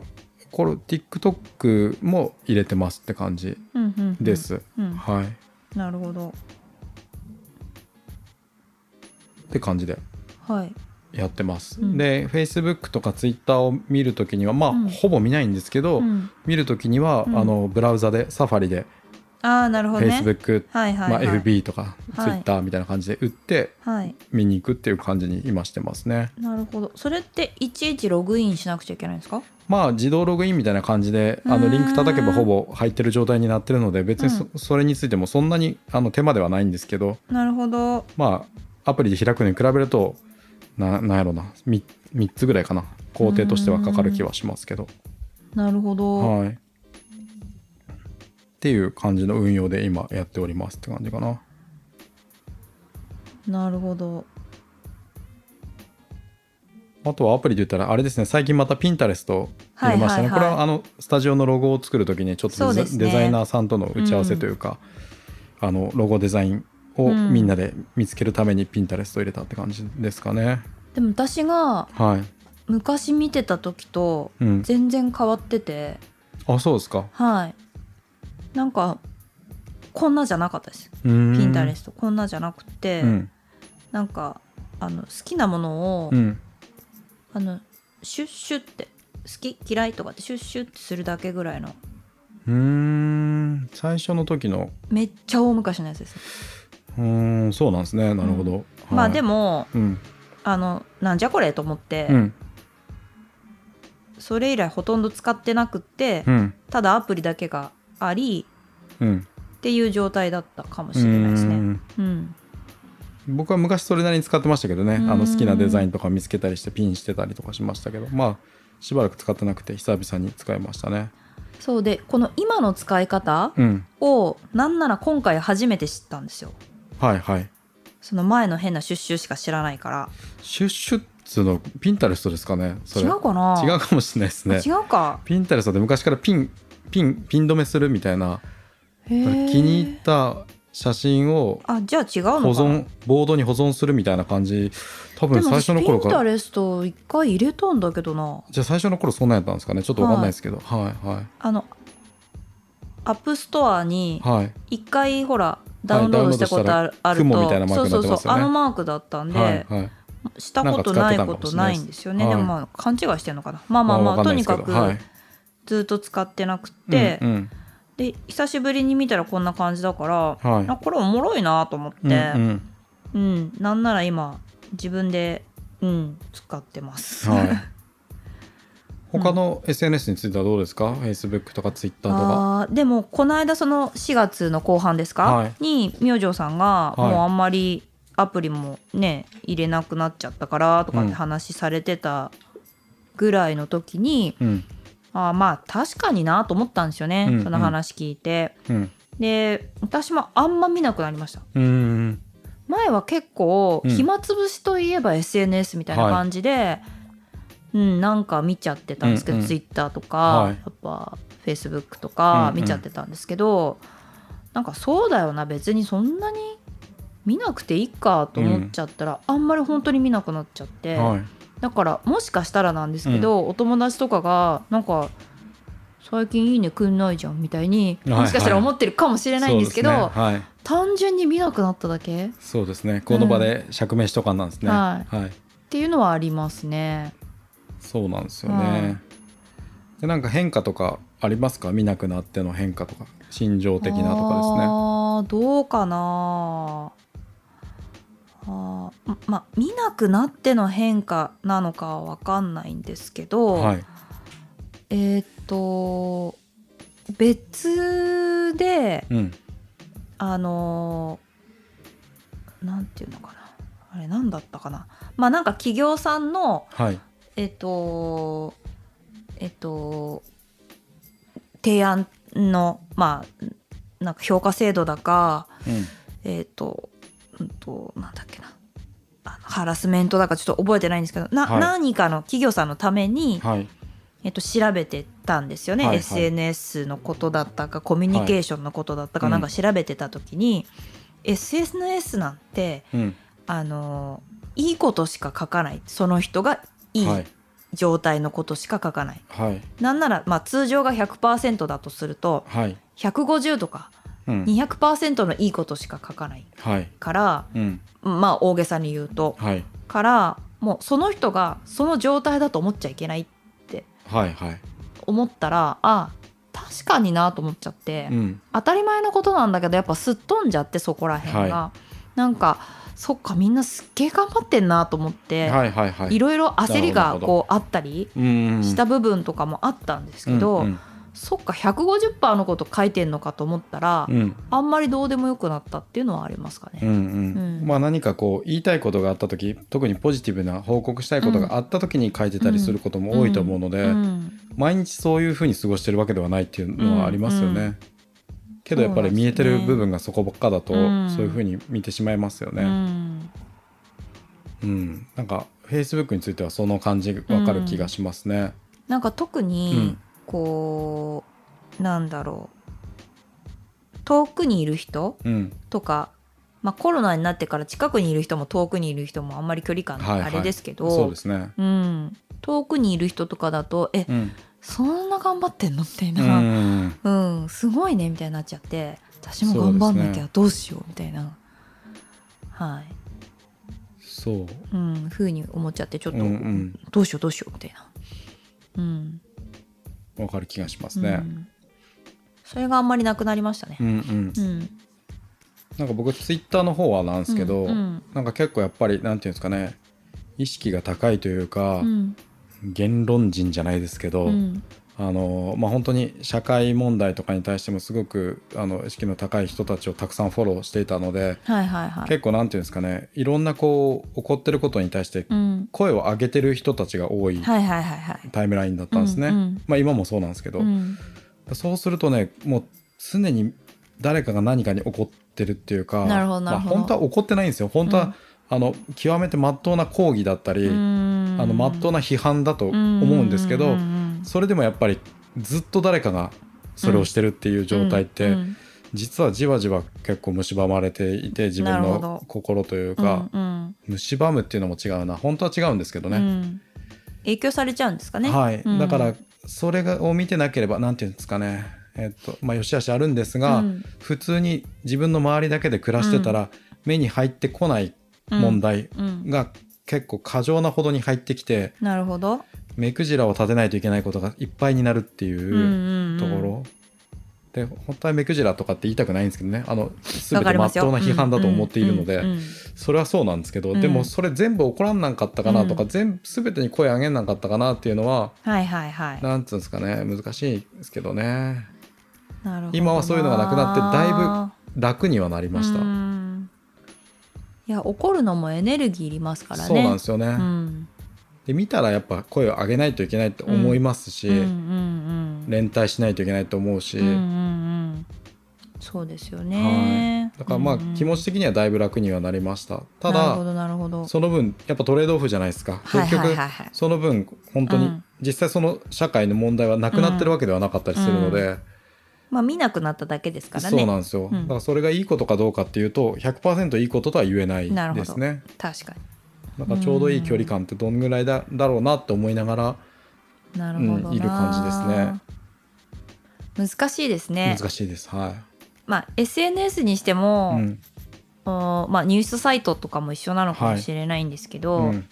S2: これ TikTok も入れてますって感じ
S1: うんうんうん
S2: です、
S1: うん
S2: はいっ
S1: なるほど
S2: て感じで
S1: はい
S2: やってます、
S1: うん
S2: で Facebook とか Twitter を見るときにはまあ、
S1: うん
S2: ほぼ見ないんですけど、
S1: うん
S2: 見るときには、
S1: うん
S2: あのブラウザでサファリで
S1: ああなるほどね
S2: Facebook、
S1: はいはい
S2: ま
S1: は
S2: あ、
S1: い
S2: FB とか
S1: はい
S2: Twitter みたいな感じで打って
S1: はい
S2: 見に行くっていう感じに今してますね、
S1: なるほどそれっていちいちログインしなくちゃいけないんですか
S2: まあ自動ログインみたいな感じであ
S1: う
S2: の
S1: ん
S2: リンク叩けばほぼ入ってる状態になってるので別にそ,、
S1: う
S2: それについてもそんなにあの手間ではないんですけど
S1: なるほど
S2: まあアプリで開くのに比べるとななんやろな 3, 3つぐらいかな工程としてはかかる気はしますけど
S1: なるほど、
S2: はいっていう感じの運用で今やっておりますって感じかな
S1: なるほど
S2: あとはアプリで言ったらあれですね最近またピンタレスト入れましたね、
S1: はいはいはい
S2: これはあのスタジオのロゴを作る時にちょっと
S1: そう
S2: デ,、
S1: ですね
S2: デザイナーさんとの打ち合わせというか、あのロゴデザインを
S1: うん
S2: みんなで見つけるためにピンタレスト入れたって感じですかね、
S1: でも私が
S2: はい、
S1: 昔見てた時と
S2: うん、
S1: 全然変わってて
S2: あそうですか
S1: はいなんかこんなじゃなかったですピ
S2: ピ
S1: ンタレ
S2: ス
S1: ストこんなじゃなくて、
S2: うん
S1: なんかあの好きなものを、
S2: うん
S1: あのシュッシュって好き嫌いとかってシュッシュってするだけぐらいの
S2: うーん最初の時の
S1: めっちゃ大昔のやつです、
S2: うーんそうなんですねなるほど、はい
S1: まあでも
S2: うん
S1: あのなんじゃこれと思って、
S2: うん
S1: それ以来ほとんど使ってなくって、
S2: うん
S1: ただアプリだけがあり
S2: うん
S1: っていう状態だったかもしれないです
S2: うー
S1: ね。
S2: ん
S1: うん、
S2: 僕は昔それなりに使ってましたけどね
S1: うん
S2: あの好きなデザインとか見つけたりしてピンしてたりとかしましたけどまあしばらく使ってなくて久々に使いましたね
S1: そうでこの今の使い方
S2: うん
S1: をなんなら今回初めて知ったんですよ。
S2: はいはい
S1: その前の変なシュッシュしか知らないから
S2: シュッシュッつうのピンタレストですかねそ
S1: 違
S2: れ
S1: うかな
S2: 違うかもしれないですね
S1: あ違うか
S2: ピンタレストで昔からピンピンピン止めするみたいな
S1: 気
S2: 気に入った写真を
S1: あじゃあ違うのかな
S2: 保存ボードに保存するみたいな感じ多
S1: で
S2: 分
S1: も
S2: 最初の頃
S1: ピンタ
S2: から
S1: レスト一回入れたんだけどな
S2: じゃあ最初の頃そんなんやったんですかねちょっとわかんないですけどはいは
S1: あのアップストアに
S2: いはい
S1: 一回ほらダウンロードしたことある,、
S2: ダウンロードしたら雲みたいなマ
S1: と
S2: ー
S1: そ
S2: ク
S1: う
S2: に
S1: そ
S2: なっ
S1: うそう
S2: てますよね
S1: あのマークだったんで、
S2: はいはい
S1: したことないことないんですよね
S2: なん
S1: で
S2: か使ってたんか
S1: もまあ勘違
S2: もしれないです
S1: いしてるのかな、まあまあまあと
S2: わんない
S1: に
S2: ですけ
S1: か
S2: ど
S1: く
S2: はい
S1: ずっと使ってなくて、
S2: うんうん
S1: で久しぶりに見たらこんな感じだから、
S2: はい
S1: あこれおもろいなと思って、
S2: うんうん
S1: うん、なんなら今自分で、うん、使ってます。
S2: はい
S1: うん
S2: 他の SNS についてはどうですか ?Facebook とか Twitter とか。
S1: あーでもこの間その4月の後半ですか、
S2: はい
S1: に明星さんが
S2: はい
S1: もうあんまりアプリもね入れなくなっちゃったからとかって話されてたぐらいの時に、
S2: うん
S1: あーまあ確かになと思ったんですよね、
S2: うん
S1: その話聞いて。
S2: うん
S1: で私もあんま見なくなりました。
S2: うんうん
S1: 前は結構
S2: うん
S1: 暇つぶしといえば SNS みたいな感じで、うんなんか見ちゃってたんですけど、
S2: うんうん
S1: ツイッターとか、
S2: はい
S1: やっぱフェイスブックと
S2: うん
S1: か
S2: うん
S1: 見ちゃってたんですけど、なんかそうだよな別にそんなに見なくていいかと思っちゃったら、あんまり本当に見なくなっちゃって、
S2: はい
S1: だからもしかしたらなんですけど、お友達とかがなんか最近いいねくんないじゃんみたいに
S2: はいはい
S1: もしかしたら思ってるかもしれないんですけど、
S2: そうですねはい
S1: 単純に見なくなっただけっ
S2: そうですねこの場で釈明しとかなんですね、
S1: うん
S2: は、
S1: はいていうのはありますね。
S2: そうなんですよね、
S1: は
S2: でなんか変化とかありますか見なくなっての変化とか心情的なとかです
S1: あ
S2: ね
S1: ーどうかなあーまま見なくなっての変化なのかは分かんないんですけど、
S2: はい
S1: えーっと別で
S2: うん
S1: あのーなんていうのかなあれ何だったかなまあなんか企業さんの
S2: はい
S1: えっとえっと提案のまあなんか評価制度だか
S2: うん
S1: えっ、と、うんと、なんだっけな。あのハラスメントだかちょっと覚えてないんですけど、な、
S2: はい
S1: 何かの企業さんのために、
S2: はい
S1: えっと、調べてたんですよね。
S2: はいはい
S1: SNS のことだったか、コミュニケーションのことだったか、
S2: はい
S1: なんか調べてた時に、SNS なんて、
S2: うん
S1: あの、いいことしか書かない。その人がいい
S2: はい
S1: 状態のことしか書かない。
S2: はい
S1: なんなら、まあ、通常が100%だとすると、
S2: はい
S1: 150とか
S2: うん
S1: 200%のいいことしか書かない
S2: はい
S1: から、
S2: うん
S1: まあ大げさに言うと
S2: はい
S1: からもうその人がその状態だと思っちゃいけない
S2: はいはい
S1: 思ったらあ確かになと思っちゃって、
S2: うん
S1: 当たり前のことなんだけどやっぱすっ飛んじゃってそこら辺が、なんかそっかみんなすっげえ頑張ってんなと思って、
S2: はいはいはい
S1: いろいろ焦り
S2: なる
S1: が
S2: ほど
S1: こうあったり
S2: うん
S1: した部分とかもあったんですけど、
S2: うん
S1: そっか150%のこと書いてんのかと思ったら、
S2: うんうん
S1: あんまりどうでもよくなったっていうのはありますか
S2: う
S1: ね。
S2: んうん
S1: うん
S2: まあ何かこう言いたいことがあった時特にポジティブな報告したいことがあった時に書いてたりすることも多いと思うので、
S1: うん
S2: 毎日そういうふうに過ごしてるわけではないっていうのはありますよね。
S1: うんう
S2: けどやっぱり見えてる部分がそこばっかだと
S1: うん
S2: そういうふうに見てしまいますよ
S1: う
S2: ね。
S1: ん
S2: うん、なんか Facebook についてはその感じわかる気がしますね。
S1: なんか特
S2: う
S1: に
S2: ん
S1: こう、なんだろう遠くにいる人
S2: うん、
S1: とか、まあ、コロナになってから近くにいる人も遠くにいる人もあんまり距離感
S2: はいはい
S1: あれですけど、
S2: そうですね。
S1: うん、遠くにいる人とかだと「え
S2: うん、
S1: そんな頑張ってんの?」みたいうな、
S2: ん、
S1: うんすごいね」みたいになっちゃって「私も
S2: そうで
S1: 頑
S2: すね
S1: 張んなきゃどうしよう」みたいな。はい、
S2: そう。
S1: うん、ふうに思っちゃってちょっと、
S2: うんうん
S1: どうしようどうしようみたいな、うん、
S2: わかる気がしますね
S1: う。んそれがあんまりなくなりましたね
S2: うん、うん、
S1: うん
S2: なんか僕 Twitter の方はなんですけ
S1: う
S2: ど、
S1: んうん
S2: なんか結構やっぱりなんていうんですかね、意識が高いというか、
S1: うん
S2: 言論人じゃないですけど。
S1: うん
S2: あのまあ、本当に社会問題とかに対してもすごくあの意識の高い人たちをたくさんフォローしていたので
S1: はいはいはい
S2: 結構なんていうんですかねいろんなこう起こってることに対して
S1: うん
S2: 声を上げてる人たちが多い
S1: はいはいはいはい
S2: タイムラインだったんですね、
S1: うんうん
S2: まあ、今もそうなんですけど、
S1: うん
S2: そうするとねもう常に誰かが何かに怒ってるっていうか
S1: なるほどなるほど
S2: まあ、本当は怒ってないんですよ本当は、
S1: うん
S2: あの極めて真っ当な抗議だったり、
S1: うん
S2: あの真っ当な批判だと思うんですけ
S1: う
S2: ど、
S1: んうん
S2: それでもやっぱりずっと誰かがそれをしてるっていう状態って、
S1: うん
S2: 実はじわじわ結構蝕まれていて自分
S1: なるほ
S2: の
S1: ど
S2: 心という
S1: うん
S2: か、
S1: うん
S2: 蝕むっていうのも違うな本当は違うんですけど
S1: う
S2: ね、
S1: ん影響されちゃうんですかね
S2: はい、
S1: うん
S2: だからそれがを見てなければなんていうんですかねえっとまあ良し悪しあるんですが、
S1: うん
S2: 普通に自分の周りだけで暮らしてたら、目に入ってこない問題
S1: うん
S2: が結構過剰なほどに入ってきて
S1: なるほど
S2: 目くじらを立てないといけないことがいっぱいになるっていう。
S1: うんうんうん
S2: ところ、で本当は目くじらとかって言いたくないんですけどねあの全
S1: わ
S2: て
S1: かり
S2: 真
S1: ま
S2: っ
S1: すよ
S2: 当な批判だと思っているので、
S1: うんうんうん
S2: それはそうなんですけど、
S1: うん
S2: でもそれ全部怒らんなんかったかなとか、
S1: うん
S2: 全部全てに声上げなかったかなっていうのは
S1: はいはいはい
S2: なんつうんですかね難しいですけどね
S1: なるほど
S2: 今はそういうのがなくなってだいぶ楽にはなりました、
S1: うんいや怒るのもエネルギーいりますからね
S2: そうなんですよね、
S1: うん
S2: で見たらやっぱ声を上げないといけないって思いますし、
S1: うんうんうん
S2: 連帯しないといけないと思うし、
S1: うんうんうんそうですよね、
S2: だからまあ
S1: うんうん
S2: 気持ち的にはだいぶ楽にはなりましたた
S1: なる
S2: だ
S1: ほどなるほど
S2: その分やっぱトレードオフじゃないですか、
S1: はいはい
S2: 結
S1: はい
S2: 局
S1: はい
S2: その分本当
S1: う
S2: に
S1: ん
S2: 実際その社会の問題はなくなってるわけではなかったりするので、
S1: まあ見なくなっただけですからね
S2: そうなんですよ、
S1: うん
S2: だからそれがいいことかどうかっていうと100%いいこととは言えない
S1: なるほど
S2: ですね
S1: 確か
S2: なんかちょうどいい距離感ってどんぐらいだだろうなって思いながら
S1: になるほどな、
S2: うんいる感じ
S1: ですね難しいですね
S2: 難しいです、は
S1: まあ SNS にして
S2: い、
S1: も、
S2: うん
S1: おまあ、ニュースサイトとかも一緒なのかもしれないんですけど、
S2: うん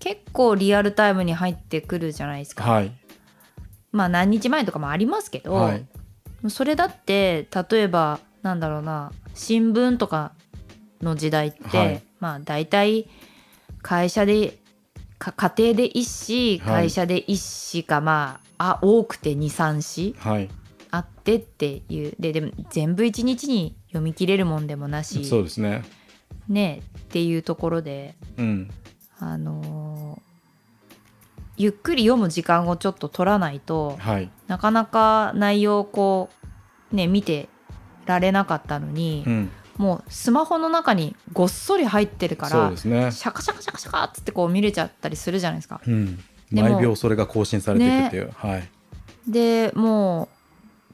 S1: 結構リアルタイムに入ってくるじゃないですか、
S2: はい
S1: まあ何日前とかもありますけど、
S2: はい
S1: それだって例えばなんだろうな新聞とかの時代って、
S2: はい
S1: まあ大体会社でか家庭で1紙
S2: はい
S1: 会社で1紙か、まああ多くて23紙
S2: はい
S1: あってっていうででも全部1日に読み切れるもんでもなし
S2: そうですね
S1: ねっていうところで、
S2: うん
S1: あのーゆっくり読む時間をちょっと取らないと
S2: はい
S1: なかなか内容をこうね見てられなかったのに、
S2: うん
S1: もうスマホの中にごっそり入ってるか
S2: そう
S1: ら、
S2: ですね
S1: シャカシャカシャカシャカっつってこう見れちゃったりするじゃないですか。
S2: うん
S1: でも
S2: 毎秒それが更新されていくっていう、はい
S1: でも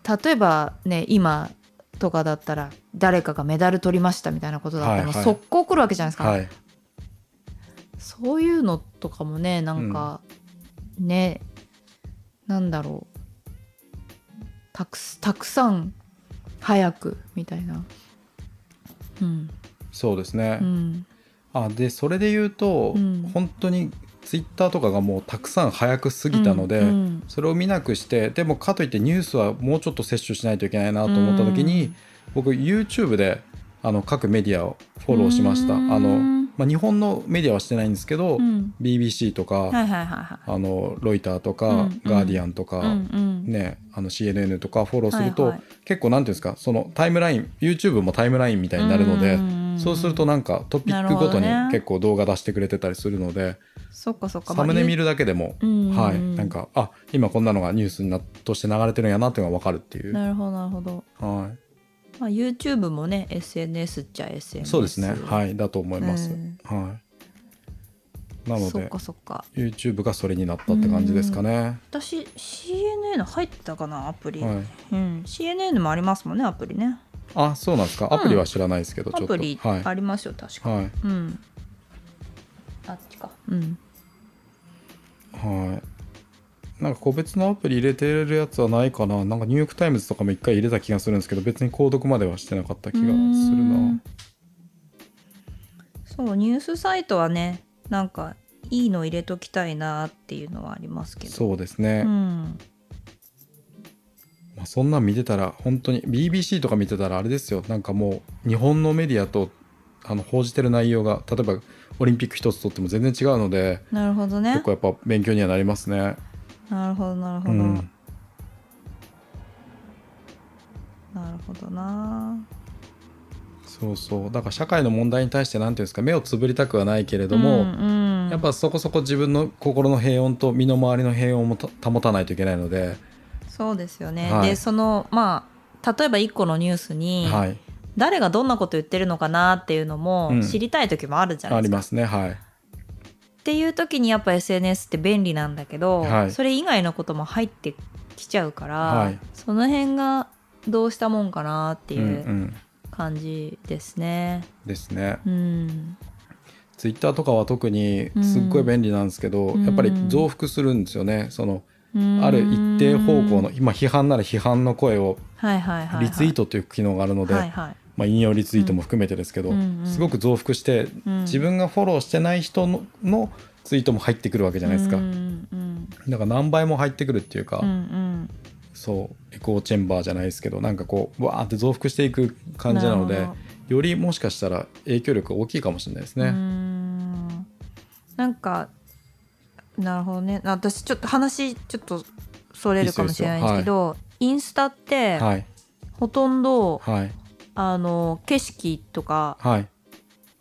S1: う例えばね今とかだったら誰かがメダル取りましたみたいなことだったら、
S2: はいはい
S1: もう速攻来るわけじゃないですか。
S2: はい
S1: そういうのとかもねなんか、ねなんだろうたくすたくさん早くみたいなうん
S2: そうですね、
S1: うん
S2: あでそれで言うと、
S1: うん
S2: 本当にツイッターとかがもうたくさん早く過ぎたので、
S1: うん
S2: それを見なくしてでもかといってニュースはもうちょっと摂取しないといけないなと思った時に、
S1: うん
S2: 僕 YouTube であの各メディアをフォローしました、
S1: うん
S2: あのまあ、日本のメディアはしてないんですけど、
S1: うん
S2: BBC とか、
S1: はいはいはいはい
S2: あのロイターとか、
S1: うん
S2: ガーディアンとか、
S1: うんうん
S2: ね、あの CNN とかフォローすると、
S1: はいはい
S2: 結構なんていうんですかそのタイムライン YouTube もタイムラインみたいになるので、
S1: んん
S2: そうするとなんかトピックごとに
S1: なるほどね
S2: 結構動画出してくれてたりするので
S1: そっかそっか
S2: サムネ見るだけでも、
S1: うん
S2: はい、なんかあ今こんなのがニュースになとして流れてるんやなっていうのが分かるっていう、
S1: なるほどなるほど、
S2: は
S1: まあ、YouTube もね SNS っちゃ
S2: い、
S1: SNS
S2: そうですねはいいだと思います、
S1: うん
S2: はいなの
S1: そっ
S2: で
S1: かそっか
S2: YouTube がそれになったって感じですかね、
S1: 私 CNN 入ってたかなアプリ、
S2: はい、
S1: うん CNN もありますもんねアプリね
S2: あそうなんですかアプリは知らないですけど、ち
S1: ア
S2: ょっと
S1: プリ
S2: はい、
S1: ありますよ、確か、
S2: はい
S1: うんあっちかうん
S2: はい。なんか個別のアプリ入れてるやつはないかな。なんかニューヨークタイムズとかも一回入れた気がするんですけど、別に購読まではしてなかった気がするな。
S1: そうニュースサイトはねなんかいいの入れときたいなっていうのはありますけど
S2: そうですね。
S1: うん
S2: まあそんなん見てたら本当に BBC とか見てたらあれですよ。なんかもう日本のメディアとあの報じてる内容が例えばオリンピック一つとっても全然違うので、
S1: なるほどね
S2: 結構やっぱ勉強にはなりますね。
S1: なるほどなるほ
S2: う
S1: ど、
S2: ん。
S1: なるほどな
S2: そうそう。だから社会の問題に対してなんていうんですか、目をつぶりたくはないけれども。
S1: うんうん
S2: やっぱそこそこ自分の心の平穏と身の回りの平穏もた保たないといけないので、
S1: そうですよね、
S2: はい
S1: でそのまあ例えば1個のニュースに、
S2: はい、
S1: 誰がどんなこと言ってるのかなっていうの
S2: う
S1: も
S2: ん
S1: 知りたい時もあるじゃな
S2: あ
S1: いで
S2: り
S1: すか。
S2: ますね、はい、
S1: っていう時にやっぱ SNS って便利なんだけど、
S2: はい
S1: それ以外のことも入ってきちゃうから、
S2: はい
S1: その辺がどうしたもんかなって
S2: うんう、
S1: いうん感じですね。
S2: ですね。
S1: うん、
S2: ツイッターとかは特にすっごい便利なんですけど、
S1: うん
S2: やっぱり増幅するんですよね。その
S1: うん
S2: ある一定方向の今批判なら批判の声を
S1: はいはいはいはい
S2: リツイートという機能があるので、
S1: はいはい
S2: まあ引用リツイートも含めてですけど、
S1: うんうん
S2: すごく増幅して
S1: うん
S2: 自分がフォローしてない人ののツイートも入ってくるわけじゃないですか。
S1: うんうん
S2: だから何倍も入ってくるっていうか。
S1: うんうん
S2: そうエコーチェンバーじゃないですけどなんかこうわーって増幅していく感じなので
S1: るほ
S2: よりもしかしたら影響力が大きいかもしれないです
S1: どう
S2: ね。
S1: んなんかなるほどね私ちょっと話ちょっとそれるかもしれないんですけどインスタって
S2: はい
S1: ほとんど、
S2: はい
S1: あの景色とか
S2: はい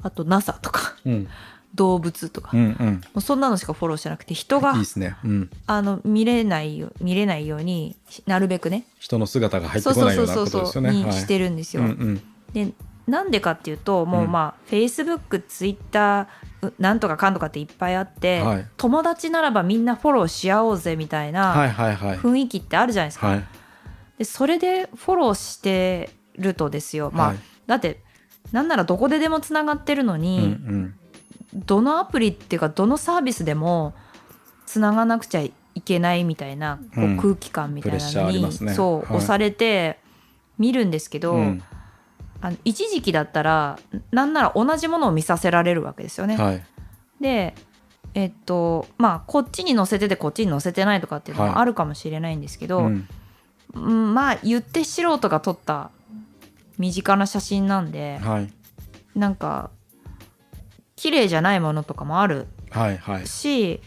S1: あと NASA とか
S2: うん
S1: 動物とか、
S2: う
S1: も
S2: んうん
S1: うそんなのしかフォローしてなくて人が
S2: いいですね。うん
S1: あの見れないよ見れないようになるべくね
S2: 人の姿が入っ
S1: そ
S2: て
S1: う
S2: こ
S1: そう
S2: ない
S1: そ
S2: よ
S1: う
S2: うな
S1: そ
S2: こ
S1: う
S2: と
S1: そ
S2: で
S1: う
S2: すよね。
S1: に
S2: はい
S1: してるんです
S2: う
S1: よ。
S2: んうん
S1: でなんでかっていうともううんまあ、Facebook、Twitter、うなんとかかんとかっていっぱいあって、
S2: はい
S1: 友達ならばみんなフォローし合おうぜみたい
S2: は
S1: ない
S2: はいはい
S1: 雰囲気ってあるじゃないですか、
S2: はい
S1: でそれでフォローしてるとですよ、まあ
S2: はい
S1: だってなんならどこででもつながってるの
S2: うんう
S1: に、
S2: ん
S1: どのアプリっていうかどのサービスでもつながなくちゃいけないみたいなこう
S2: うん
S1: 空気感みたいな
S2: プレッシャー
S1: の
S2: あり
S1: に、
S2: ますね
S1: そう、
S2: はい
S1: 押されて見るんですけど、
S2: うん
S1: あの一時期だったらなんなら同じものを見させられるわけですよね。
S2: はい
S1: でえっとまあこっちに載せててこっちに載せてないとかっていうの
S2: はい
S1: もあるかもしれないんですけど、
S2: うん
S1: うんまあ言って素人が撮った身近な写真なんで
S2: はい
S1: なんか綺麗じゃないものとかもある
S2: はいはい
S1: し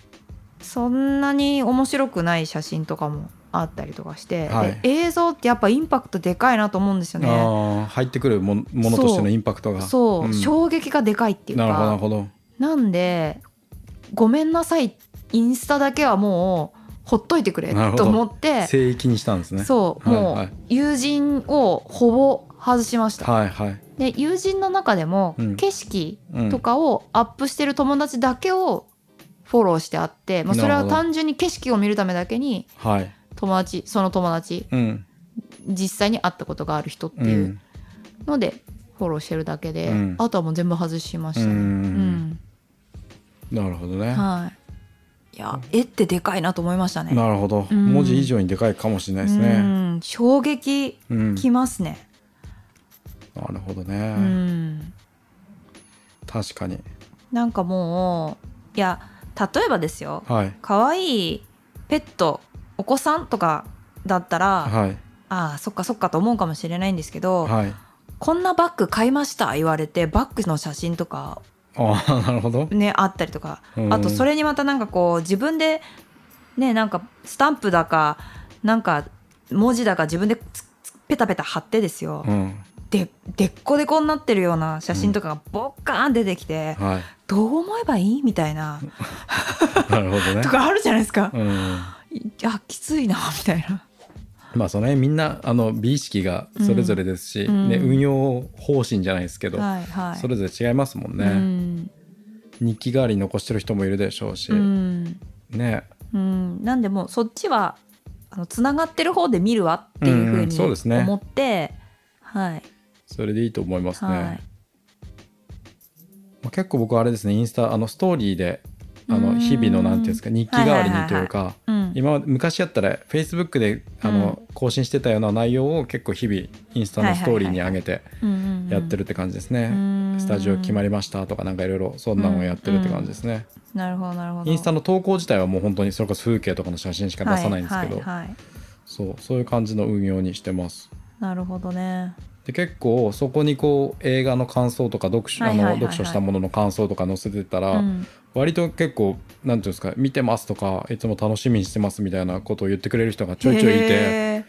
S1: そんなに面白くない写真とかもあったりとかして、
S2: は
S1: で
S2: い
S1: 映像ってやっぱインパクトでかいなと思うんですよ
S2: あ
S1: ね。
S2: ー入ってくるもんものとしてのインパクトが
S1: そう、
S2: ん
S1: 衝撃がでかいっていうか
S2: なるほどなるほど
S1: なんでごめんなさいインスタだけはもうほっといてくれ
S2: なるほ
S1: と
S2: ど
S1: 思って、
S2: 聖域にしたんですね
S1: そう、
S2: はい
S1: も
S2: はいう
S1: 友人をほぼ外しました、
S2: はいはい
S1: で友人の中でも
S2: うん
S1: 景色
S2: うん
S1: とかをアップしてる友達だけをフォローしてあって、まあ、それ
S2: な
S1: は
S2: るほど
S1: 単純に景色を見るためだけに
S2: はい
S1: 友達その友達
S2: うん
S1: 実際に会ったことがある人って
S2: う
S1: いうんのでフォローしてるだけで、
S2: うん
S1: あとはもう全部外しまし
S2: う
S1: たね。
S2: ん
S1: うん
S2: なるほどね
S1: はい。いや、絵ってでかいなと思いましたね。
S2: なるほど
S1: うん
S2: 文字以上にでかいかもしれないです
S1: う
S2: ね
S1: ん、衝撃
S2: うん
S1: きますね。
S2: なるほど
S1: う
S2: ね
S1: ん。
S2: 確かに
S1: なんかもう、いや、例えばですよ。
S2: はい
S1: 可愛いペット、お子さんとかだったら、
S2: はい
S1: ああ、そっかそっかと思うかもしれないんですけど、
S2: はい
S1: こんなバッグ買いました言われて、バッグの写真とか
S2: ああなるほど
S1: ね、あったりとか、
S2: うん
S1: あとそれにまたなんかこう自分でねなんかスタンプだかなんか文字だか自分でつつペタペタ貼ってですよ、
S2: うん
S1: ででっこでこになってるような写真とかがボッカーン出てきて、
S2: はい
S1: どう思えばいいみたいな
S2: なるほどね
S1: とかあるじゃないですか、
S2: うん
S1: あきついなみたいな
S2: まあその辺みんなあの美意識がそれぞれですし、
S1: うん
S2: ね、
S1: うん
S2: 運用方針じゃないですけど、
S1: はいはい
S2: それぞれ違いますもん
S1: う
S2: ね、
S1: ん
S2: 日記代わりに残してる人もいるでしょうし、
S1: うん
S2: ね
S1: うん、なんでもうそっちはあのつながってる方で見るわっていうふ
S2: うんそうです
S1: うに
S2: ね
S1: 思って、はい
S2: それでいいと思いますね、
S1: はい
S2: まあ、結構僕はあれですねインスタあのストーリーであ
S1: うん
S2: の日々のなんていうんですか日記代わりにというか、
S1: うん、
S2: 今まで昔やったら Facebook であの、更新してたような内容を結構日々インスタのストーリーに上げてや
S1: や
S2: ってるって感じですね、ス
S1: ス
S2: タジオ決ま
S1: り
S2: りましたとかなんかいろいろそんなのをやってるって感じですね、
S1: なるほどなるほど
S2: インスタの投稿自体はもう本当にそれこそ風景とかの写真しか出さないんですけど、
S1: はいはいはい
S2: そうそういう感じの運用にしてます
S1: なるほどね
S2: で結構そこにこう映画の感想とか読書,、
S1: はいはいはいはい
S2: あの読書したものの感想とか載せてたら、
S1: うん
S2: 割と結構なんていうんですか見てますとかいつも楽しみにしてますみたいなことを言ってくれる人がちょいちょいいて
S1: へ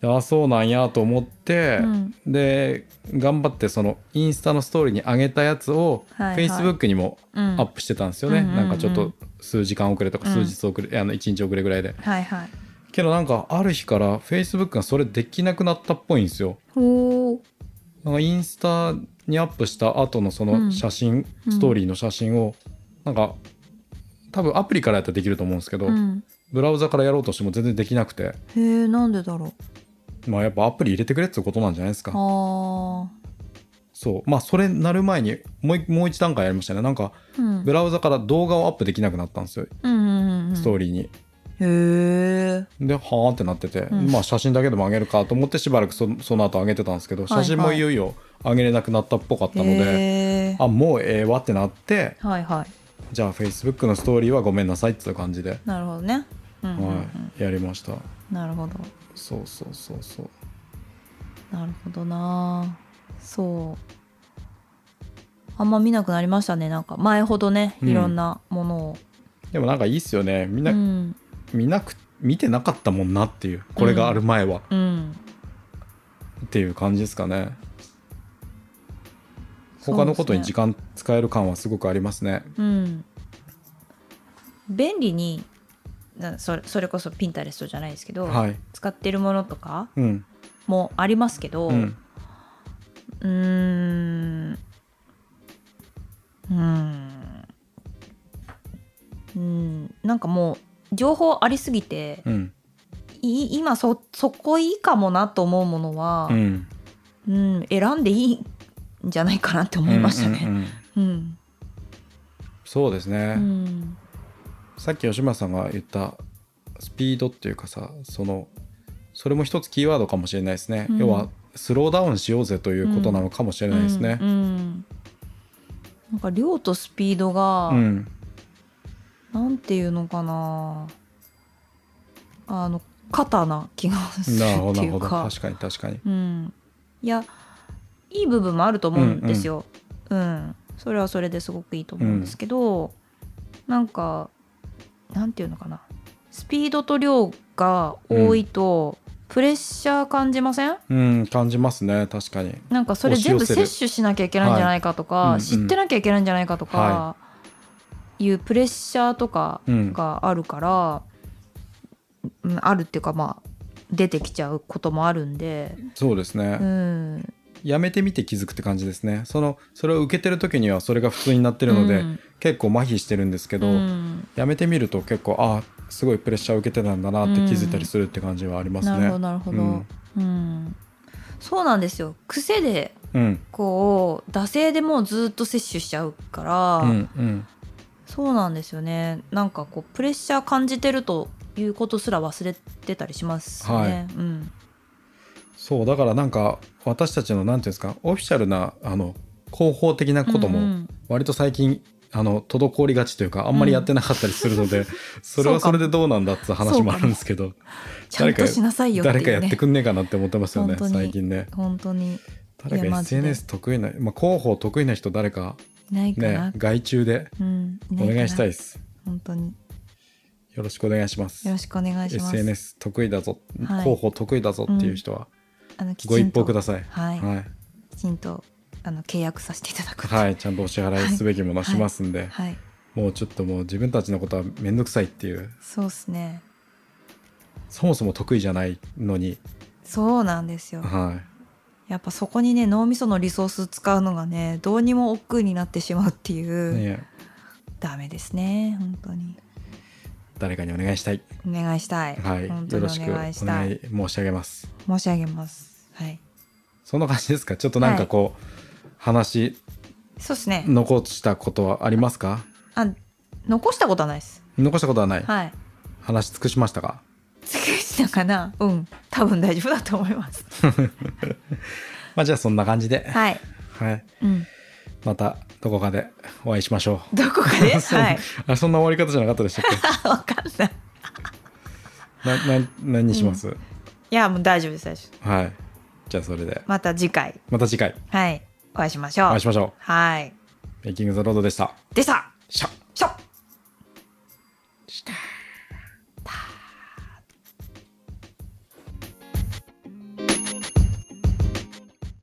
S2: であそうなんやと思って、
S1: うん
S2: で頑張ってそのインスタのストーリーに上げたやつを
S1: はいはい
S2: Facebook にも
S1: ーうん
S2: アップしてたんですよね、
S1: うんうんうん
S2: なんかちょっと数時間遅れとか
S1: う
S2: 数
S1: ん
S2: 日遅れ、あの1日遅れぐらいで
S1: はいはい
S2: けどなんかある日から Facebook がそれできなくなったっぽいんですよ
S1: おー
S2: なんかインスタにアップした後のそうの
S1: ん
S2: 写真、
S1: うん
S2: ストーリーの写真をなんか多分アプリからやったらできると思うんですけど、
S1: うん
S2: ブラウザからやろうとしても全然できなくて
S1: へえなんでだろう
S2: まあやっぱアプリ入れてくれってことなんじゃないですか
S1: あ
S2: そうまあそれなる前にもういもう一段階やりましたねなんか
S1: ーうん
S2: ブラウザから動画をアップできなくなったんですよ、
S1: うんうんうん
S2: スト
S1: ー
S2: ーリーに
S1: リーへえ
S2: ではーってなってて、
S1: ん
S2: まあ写真だけでも上げるかと思ってしばらくそその後上げてたんですけど
S1: いは
S2: 写
S1: い
S2: 真もいよいよ上げれなくなったっぽかったので、
S1: へー
S2: あもうええわってなって
S1: はいはい
S2: じゃあ Facebook のストーリーはごめんなさいっていう感じで、
S1: なるほどねうんうんうん
S2: はい、やりました
S1: なるほど
S2: そうそうそうそう
S1: なるほどなそうあんま見なくなりましたねなんか前ほどね
S2: うん
S1: いろんなものを、
S2: でもなんかいいっすよねみん
S1: う
S2: な、
S1: ん
S2: 見なく見てなかったもんなっていうこれがある前は、
S1: うん、
S2: っていう感じですかね
S1: そうですね
S2: 他のことに時間使える感はすごくありますね
S1: うん、便利になそれそれこそピンタレストじゃないですけど、
S2: はい
S1: 使ってるものとか
S2: うん
S1: もありますけど、
S2: うん
S1: うーんうーんなんかもう情報ありすぎて、
S2: うん
S1: い今そそこいいかもなと思うものは
S2: う、ん
S1: うん選んでいいんじゃないかなって思いました
S2: うん
S1: ね。
S2: うんうん
S1: うん、
S2: そうですね、
S1: うん
S2: さっき吉村さんが言ったスピードっていうかさそのそれも一つキーワードかもしれないですね、
S1: うん
S2: 要はスローダウンしようぜということなのかもしれないですね
S1: うんうんなんか量とスピードが、
S2: うん
S1: なんていうのかなあの肩な気がするって
S2: なるほどな
S1: いう
S2: るほど
S1: か
S2: 確かに確かに
S1: うん、いやいい部分もあると思うんですよ、うんそれはそれですごくいいと思うんですけど、なんかなんていうのかなスピードと量が多いと、プレッシャー感じません
S2: うん感じますね確かに
S1: なんかそれ全部
S2: 押し寄せる
S1: 摂取しなきゃいけないんじゃないかとか、
S2: はいうんうん
S1: 知ってなきゃいけないんじゃないかとか、、
S2: はい
S1: うプレッシャーとか
S2: うん
S1: があるから、うんあるっていうかまあ出てきちゃうこともあるんで、
S2: そうですね、
S1: うん、
S2: やめてみて気づくって感じですねそのそれを受けてる時にはそれが普通になってるので、
S1: うん
S2: 結構麻痺してるんですけど、
S1: うん
S2: やめてみると結構あすごいプレッシャーを受けてたんだなって気づいたりするって感じはあります
S1: なるほど
S2: ね。
S1: なるほど、うんそうなんですよ癖で
S2: うん、
S1: こう惰性でもうずっと摂取しちゃうから、
S2: うん、うん、
S1: そうなんですよねなんかこうプレッシャー感じてるということすら忘れてたりしますね、
S2: はい
S1: うん
S2: そうだからなんか私たちのなんていうんですかオフィシャルなあの広報的なこと
S1: うんう
S2: も
S1: ん
S2: 割と最近、あの滞りがちというかあんまりやってなかったりするの で、それはそれでどうなんだって話もあるんですけど、
S1: ちゃんとしなさいよっていう、
S2: 誰
S1: ね、
S2: かやってくんねえかなって思ってますよね
S1: 本当に
S2: 最近ね。
S1: 本当に
S2: 誰
S1: いや
S2: か
S1: マジで
S2: SNS 得意な、まあ、広報得意な人誰か
S1: いないかな、
S2: ね外注で
S1: うんいな
S2: お
S1: かな
S2: 願いしたいです。
S1: 本当に
S2: よろしくお願いします。
S1: よろしくお願いします
S2: SNS 得意だぞ、
S1: はい
S2: 広報得意だぞっていう人は
S1: あのき
S2: ご
S1: ちん
S2: 一
S1: と
S2: 報ください。
S1: はい、
S2: はい、
S1: きちんとあの契約させていただくと
S2: はい、ちゃんとお支払いすべきものしますんで、
S1: はい
S2: もうちょっともう自分たちのことは面倒くさいっていう
S1: そうっすね
S2: そもそも得意じゃないのに、
S1: そうなんですよ
S2: は
S1: やっぱそこにね脳みそのリソース使うのがねどうにも億劫になってしまうってい、
S2: いうね、
S1: ダメですね本当に
S2: 誰かにお願いしたい、
S1: お願いしたい、
S2: はい、
S1: 本当
S2: よ
S1: に
S2: ろしく
S1: お
S2: お
S1: 願
S2: 願
S1: い
S2: い
S1: したい
S2: 申し上げます。
S1: 申し上げますはい
S2: そんな感じですか。ちょっとなんかこう、話
S1: そうですね
S2: 残したことはありますか。
S1: あ残したことはないです
S2: 残したことはない。
S1: はい
S2: 話尽くしましたか。
S1: 尽くしたかなうん多分大丈夫だと思います
S2: まあじゃあそんな感じで、
S1: はい、
S2: はい、
S1: うん、
S2: またどこかでお会いしましょう。
S1: どこかで
S2: そん
S1: はい
S2: あそんな終わり方じゃなかったでしたっ
S1: あわかんない
S2: けなな何にします、
S1: いやもう大丈夫です大丈夫です
S2: はいじゃあそれで
S1: また次回
S2: また次回
S1: はいお会いしましょう
S2: お会いしましょ
S1: はいう
S2: メイキング・ザ・ロードでした
S1: でした
S2: シャッ